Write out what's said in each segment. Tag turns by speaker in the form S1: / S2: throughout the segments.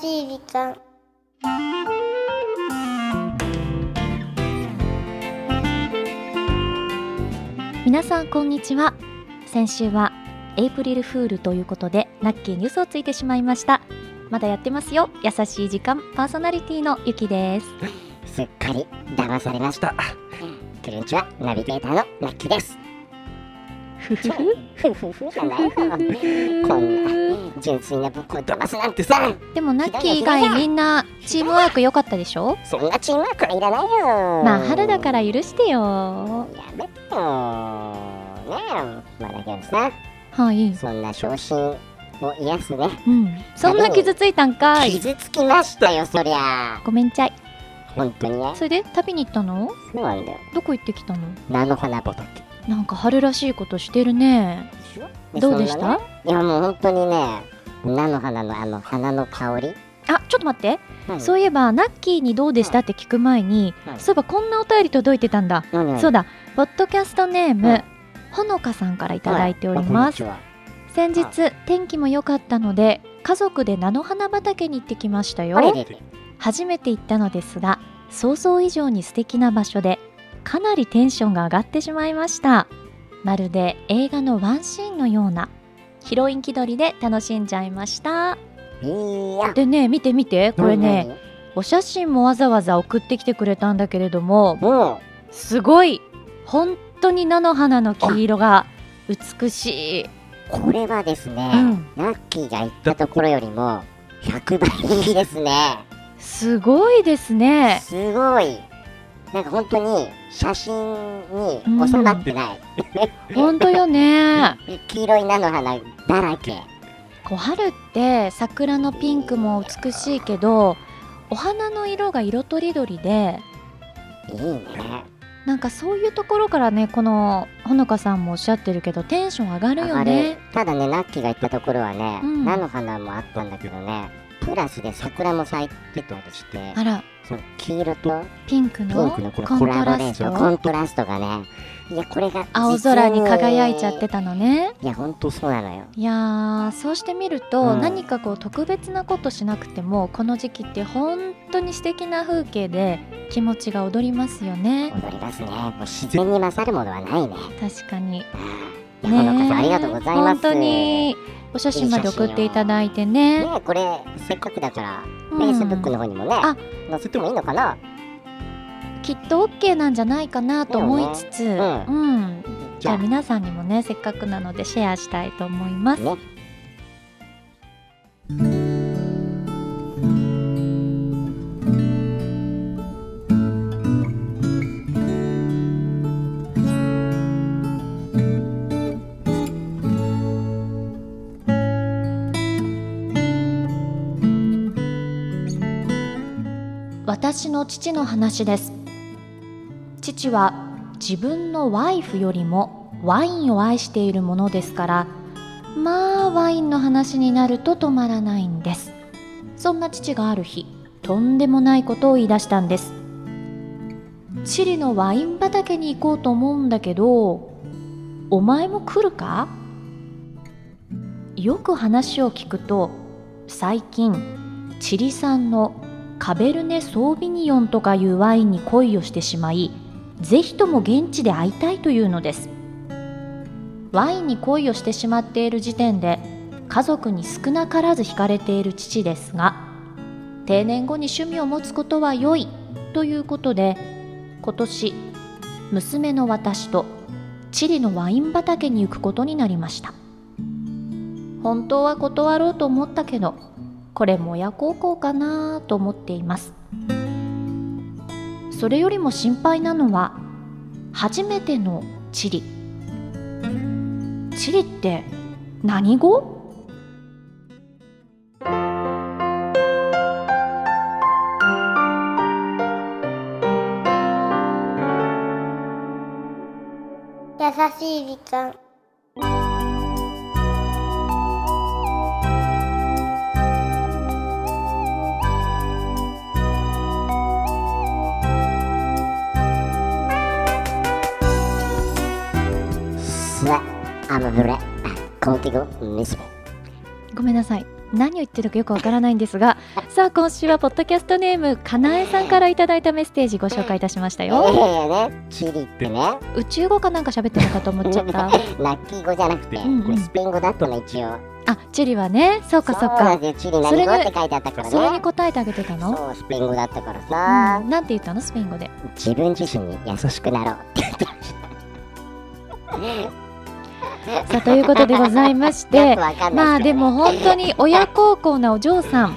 S1: しい時間
S2: 皆さんこんにちは先週はエイプリルフールということでラッキーに嘘をついてしまいましたまだやってますよ優しい時間パーソナリティのゆきです
S3: すっかり騙されました。こんにちは、ナビゲーターのラッキーです。
S2: ふふ
S3: じゃ
S2: ふ
S3: あないよこんな純粋な僕を騙すなんてさ、
S2: でもナッキー以外みんなチームワーク良かったでしょ
S3: そんなチームワークはいらないよ。
S2: まあ春だから許してよ
S3: やめてよ。ねえ、まあだけどさ、
S2: はい
S3: そんな昇進を癒すね。
S2: うんそんな傷ついたんかい
S3: 傷つきましたよ、そりゃ。
S2: ごめんちゃい
S3: 本当にね。
S2: それで旅に行ったの
S3: そうなんだよ。
S2: どこ行ってきたの
S3: 菜の花畑。
S2: なんか春らしいことしてるねどうでし
S3: そんな
S2: た
S3: ねいやもう本当にね、菜の花のあの花の香り。
S2: あちょっと待って
S3: 何
S2: そういえばナッキーにどうでしたって聞く前に、
S3: はい
S2: そういえばこんなお便り届いてたんだ、
S3: 何々
S2: そうだポッドキャストネーム、
S3: はい
S2: ほのかさんからいただいております、
S3: はい
S2: 先日天気も良かったので家族で菜の花畑に行ってきました
S3: あこん
S2: よ
S3: にちは
S2: 初めて行ったのですが想像以上に素敵な場所でかなりテンションが上がってしまいましたまるで映画のワンシーンのようなヒロイン気取りで楽しんじゃいました
S3: いや
S2: でね見て見てこれね、
S3: 何々
S2: お写真もわざわざ送ってきてくれたんだけれども
S3: も
S2: すごい本当に菜の花の黄色が美しいう
S3: これはですね、
S2: ん
S3: ラッキーが言ったところよりも100倍いいですね
S2: すごいですね
S3: すごいなんか本当に写真に収まってない、
S2: 本当よね
S3: 黄色い菜の花だらけ
S2: こう春って桜のピンクも美しいけどお花の色が色とりどりで
S3: いいね
S2: なんかそういうところからねこのほのかさんもおっしゃってるけどテンション上がるよね
S3: ただねラッキーが言ったところはね、
S2: うん
S3: 菜の花もあったんだけどねプラスで桜も咲いてたりして
S2: あら
S3: その黄色と
S2: ピンク
S3: ピン
S2: の
S3: クのこの
S2: コント
S3: コラボ
S2: ラ
S3: レー
S2: ス
S3: ションコ
S2: ト
S3: ントラストがねいやこれが
S2: 青空に輝いちゃってたのね
S3: いやほんとそうなのよ
S2: いやーそうしてみると、
S3: うん
S2: 何かこう特別なことしなくてもこの時期って本当に素敵な風景で気持ちが躍りますよね
S3: 踊りますねもう自然に勝るものはないね
S2: 確かに
S3: いやこのこ
S2: ね
S3: そありがとうございま
S2: 本
S3: す
S2: 当にお写真まで送っていただいてね
S3: ねえこれせっかくだから、
S2: うん
S3: Facebook の方にもね
S2: あ
S3: 載せてもいいのかな
S2: きっと OK なんじゃないかなと思いつつ、
S3: だよね
S2: うん、じ
S3: じ
S2: ゃ
S3: ゃ
S2: あ
S3: あ
S2: 皆さんにもねせっかくなのでシェアしたいと思います
S3: ね
S2: 私の父の話です父は自分のワイフよりもワインを愛しているものですからまあワインの話になると止まらないんですそんな父がある日とんでもないことを言い出したんですチリのワイン畑に行こうと思うんだけどお前も来るかよく話を聞くと最近チリ産のカベルネ・ソービニヨンとかいうワインに恋をしてしまいぜひとも現地で会いたいというのですワインに恋をしてしまっている時点で家族に少なからず惹かれている父ですが定年後に趣味を持つことは良いということで今年娘の私とチリのワイン畑に行くことになりました本当は断ろうと思ったけどこれも親孝行かなと思っていますそれよりも心配なのは初めてのチリチリって何語
S1: 優しい時間
S3: スワアムブレあコンティゴ娘
S2: ごめんなさい何を言ってるかよくわからないんです がさあ今週はポッドキャストネームかなえさんからいただいたメッセージご紹介いたしました
S3: い
S2: よ
S3: やいやね、チリってね、ラ
S2: 宇宙語かなんか喋ってるのかと思っちゃった
S3: ッキー語じゃなくて、
S2: うんうん
S3: スペイン語だったの一応。
S2: あチリはねそうかそう
S3: な
S2: か
S3: んですよ、チリ何語って書いてあったからね。
S2: それに答えてあげてたの
S3: そう、スペイン語だったから
S2: う
S3: さ、
S2: ん、なんて言ったのスペイン語で
S3: 自分自身に優しくなろうって言ってました。
S2: さあ ということでございまし
S3: よ
S2: て
S3: くわかん
S2: ま
S3: な
S2: あ
S3: いす
S2: で
S3: けどね
S2: も本当に親孝行なお嬢さん
S3: ね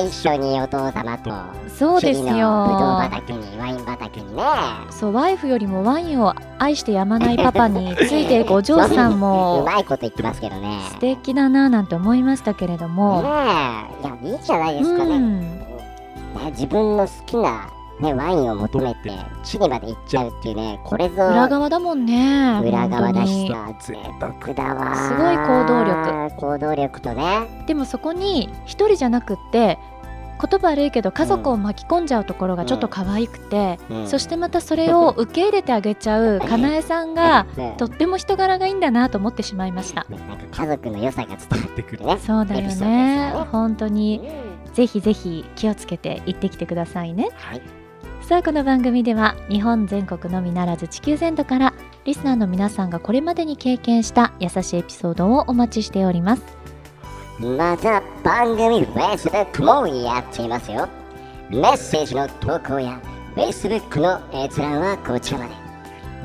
S3: え一緒にお父様と
S2: そうです
S3: チリのぶど
S2: よ
S3: う畑にワイン畑にね
S2: そうワイフよりもワインを愛してやまないパパについていくお嬢さん
S3: う
S2: も
S3: まいこと言ってますけどね
S2: 素敵だなぁなんて思いましたけれど
S3: ね
S2: も、
S3: えいやいいじゃないですかね,、
S2: う
S3: ね
S2: ん、
S3: 自分の好きな、ね、ワインを求めてチリまで行っちゃうっていうねこれぞ
S2: 裏側だもんね
S3: 裏側だし
S2: 本
S3: な贅沢だわ
S2: すごい行動力
S3: 行動力と
S2: 当
S3: ね
S2: にでもそこに一人じゃなくって言葉悪いけど家族を巻き込んじゃうところがちょっと可愛くて、
S3: うん
S2: そしてまたそれを受け入れてあげちゃうかなえさんが
S3: ね
S2: とっても人柄がいいんだなと思ってしまいました
S3: ねなんか家族の良さが伝わってくるね
S2: そうだよ
S3: エピソードです
S2: ね
S3: よ
S2: 本当に
S3: うん
S2: ぜひぜひ気をつけて行ってきてくださいね
S3: はい
S2: さあこの番組では日本全国のみならず地球全土からリスナーの皆さんがこれまでに経験した優しいエピソードをお待ちしております
S3: また番組 Facebook もやっていますよメッセージの投稿や Facebook の閲覧はこちらまで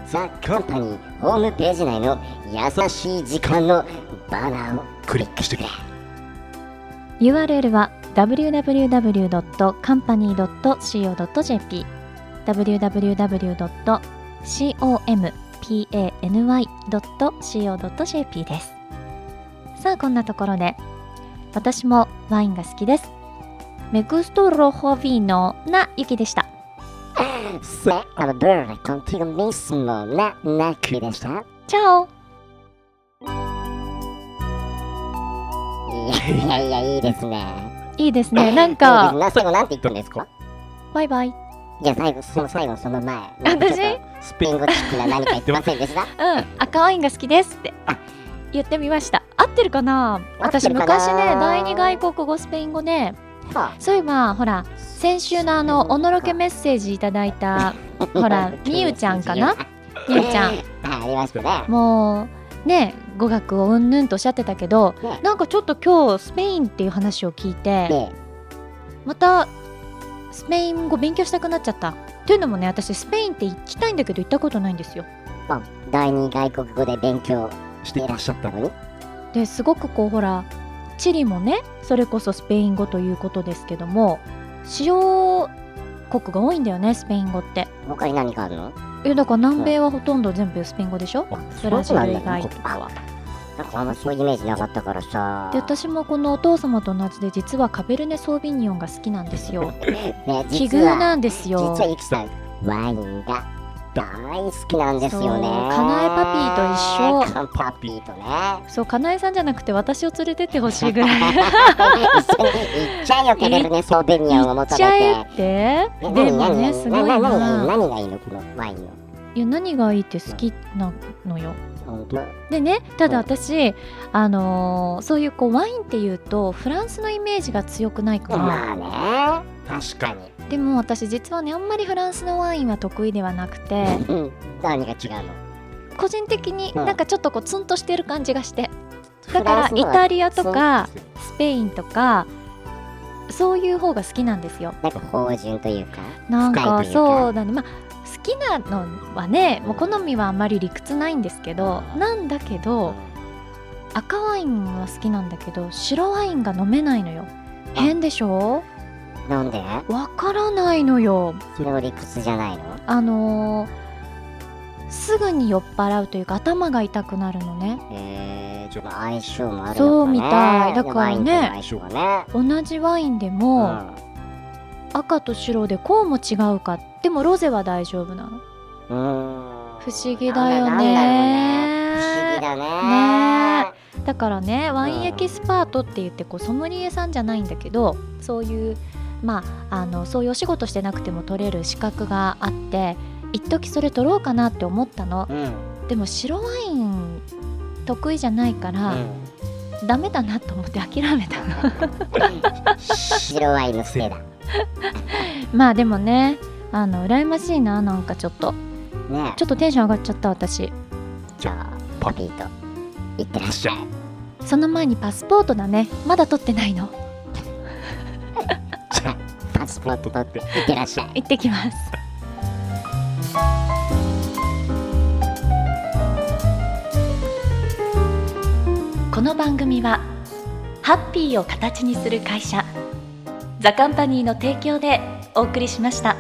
S3: ザ・カンパニーホームページ内の優しい時間のバナーをクリックしてく れ
S2: URL は www.company.co.jp www.company.co.jp ですさあこんなところで私もワインが好きですメグストロホビーノなゆきでした
S3: さあ、ブルーコンティゴミスモなナッキーでしたいや
S2: チャオ
S3: いやいや、いいですね
S2: いいですね なん
S3: いいです
S2: か
S3: ね最後なんて言ったんですか
S2: バイバイ
S3: いや、最後、その最後のその前なんかちょっと
S2: 私
S3: スペイン語チックな何か言ってませんでした
S2: うん、赤ワインが好きですって言ってみました合ってるかな
S3: 合って
S2: 私
S3: るかな
S2: 昔ね第二外国語スペイン語で
S3: は
S2: そういえばほら
S3: あ
S2: 先週のあのおのろけメッセージいただいたほらみゆちゃんかなみゆちゃん
S3: はいありましたね。
S2: もうね語学をうんぬんとおっしゃってたけど
S3: ね
S2: なんかちょっと今日スペインっていう話を聞いて
S3: で、
S2: またスペイン語勉強したくなっちゃったというのもね私スペインって行きたいんだけど行ったことないんですよ
S3: まあ、第二外国語で勉強していらっしゃったのに、
S2: ですごくこうほらチリもねそれこそスペイン語ということですけども使用国が多いんだよねスペイン語って
S3: 他に何かあるの？
S2: えだから南米はほとんど全部スペイン語でしょブラジル以外とかは
S3: なんかあんまそういうイメージなかったからさ。
S2: で私もこのお父様と同じで実はカベルネ・ソービニオンが好きなんですよ
S3: ね、
S2: 奇
S3: 実
S2: 遇
S3: は
S2: なんです
S3: 実
S2: よ
S3: はゆきさんワインが大好きなんです
S2: そう
S3: よね。
S2: かなえパピーと一緒
S3: かんパピーとね。
S2: そうかなえさんじゃなくて私を連れてってほしいぐ らい
S3: 一緒に行っちゃうよけれどね、ソーベニアンを
S2: 行っ
S3: 求
S2: ちゃえ
S3: め。
S2: ってて
S3: え
S2: で
S3: 何
S2: も
S3: 何
S2: ね
S3: 何
S2: すごい
S3: 何何
S2: な
S3: 何がいいのこのワインの。
S2: いや何がいいって好きなのよ
S3: 本当。
S2: でねただ
S3: うん
S2: 私、あのーそういうこうワインっていうとフランスのイメージが強くないかな、
S3: まあね。確かに。
S2: でも私実はねあんまりフランスのワインは得意ではなくて
S3: うん、何が違うの
S2: 個人的に
S3: うん
S2: なんかちょっとこうツンとしてる感じがしてだ
S3: フ
S2: から
S3: ラン
S2: イ
S3: スのは
S2: タリアとか
S3: そう
S2: スペインとかそういう方が好きなんですよ
S3: なんか芳醇というか
S2: なんか
S3: 深いというか
S2: そうだねまあ好きなのはねもう好みはあんまり理屈ないんですけど
S3: うん
S2: なんだけど赤ワインは好きなんだけど白ワインが飲めないのよ変でしょ
S3: なんで
S2: わからないのよ
S3: それは理屈じゃないの
S2: あのーすぐに酔っ払うというか頭が痛くなるのね
S3: えー、ちょっと相性もあるのかね
S2: そうみたいだからね
S3: ワインとの相性がね
S2: 同じワインでも、赤と白でこうも違うかでもロゼは大丈夫なの
S3: うん、うん
S2: 不思議だよ
S3: なんだ
S2: ね
S3: なんだろうね不思議だね
S2: だからねワインエキスパートって言ってこうソムリエさんじゃないんだけどそういうまああのそういうお仕事してなくても取れる資格があって一時それ取ろうかなって思ったの
S3: うん
S2: でも白ワイン得意じゃないから、
S3: うん
S2: ダメだなと思って諦めた
S3: 白ワインのせいだ。
S2: まあでもねあの羨ましいななんかちょっと
S3: ねえ
S2: ちょっとテンション上がっちゃった私
S3: じゃあ、パピーと、いってらっしゃい。
S2: その前にパスポートだねまだ取ってないの
S3: じゃあ、パスポート取って、いってらっしゃい。
S2: 行ってきますこの番組はハッピーを形にする会社ザカンパニーの提供でお送りしました。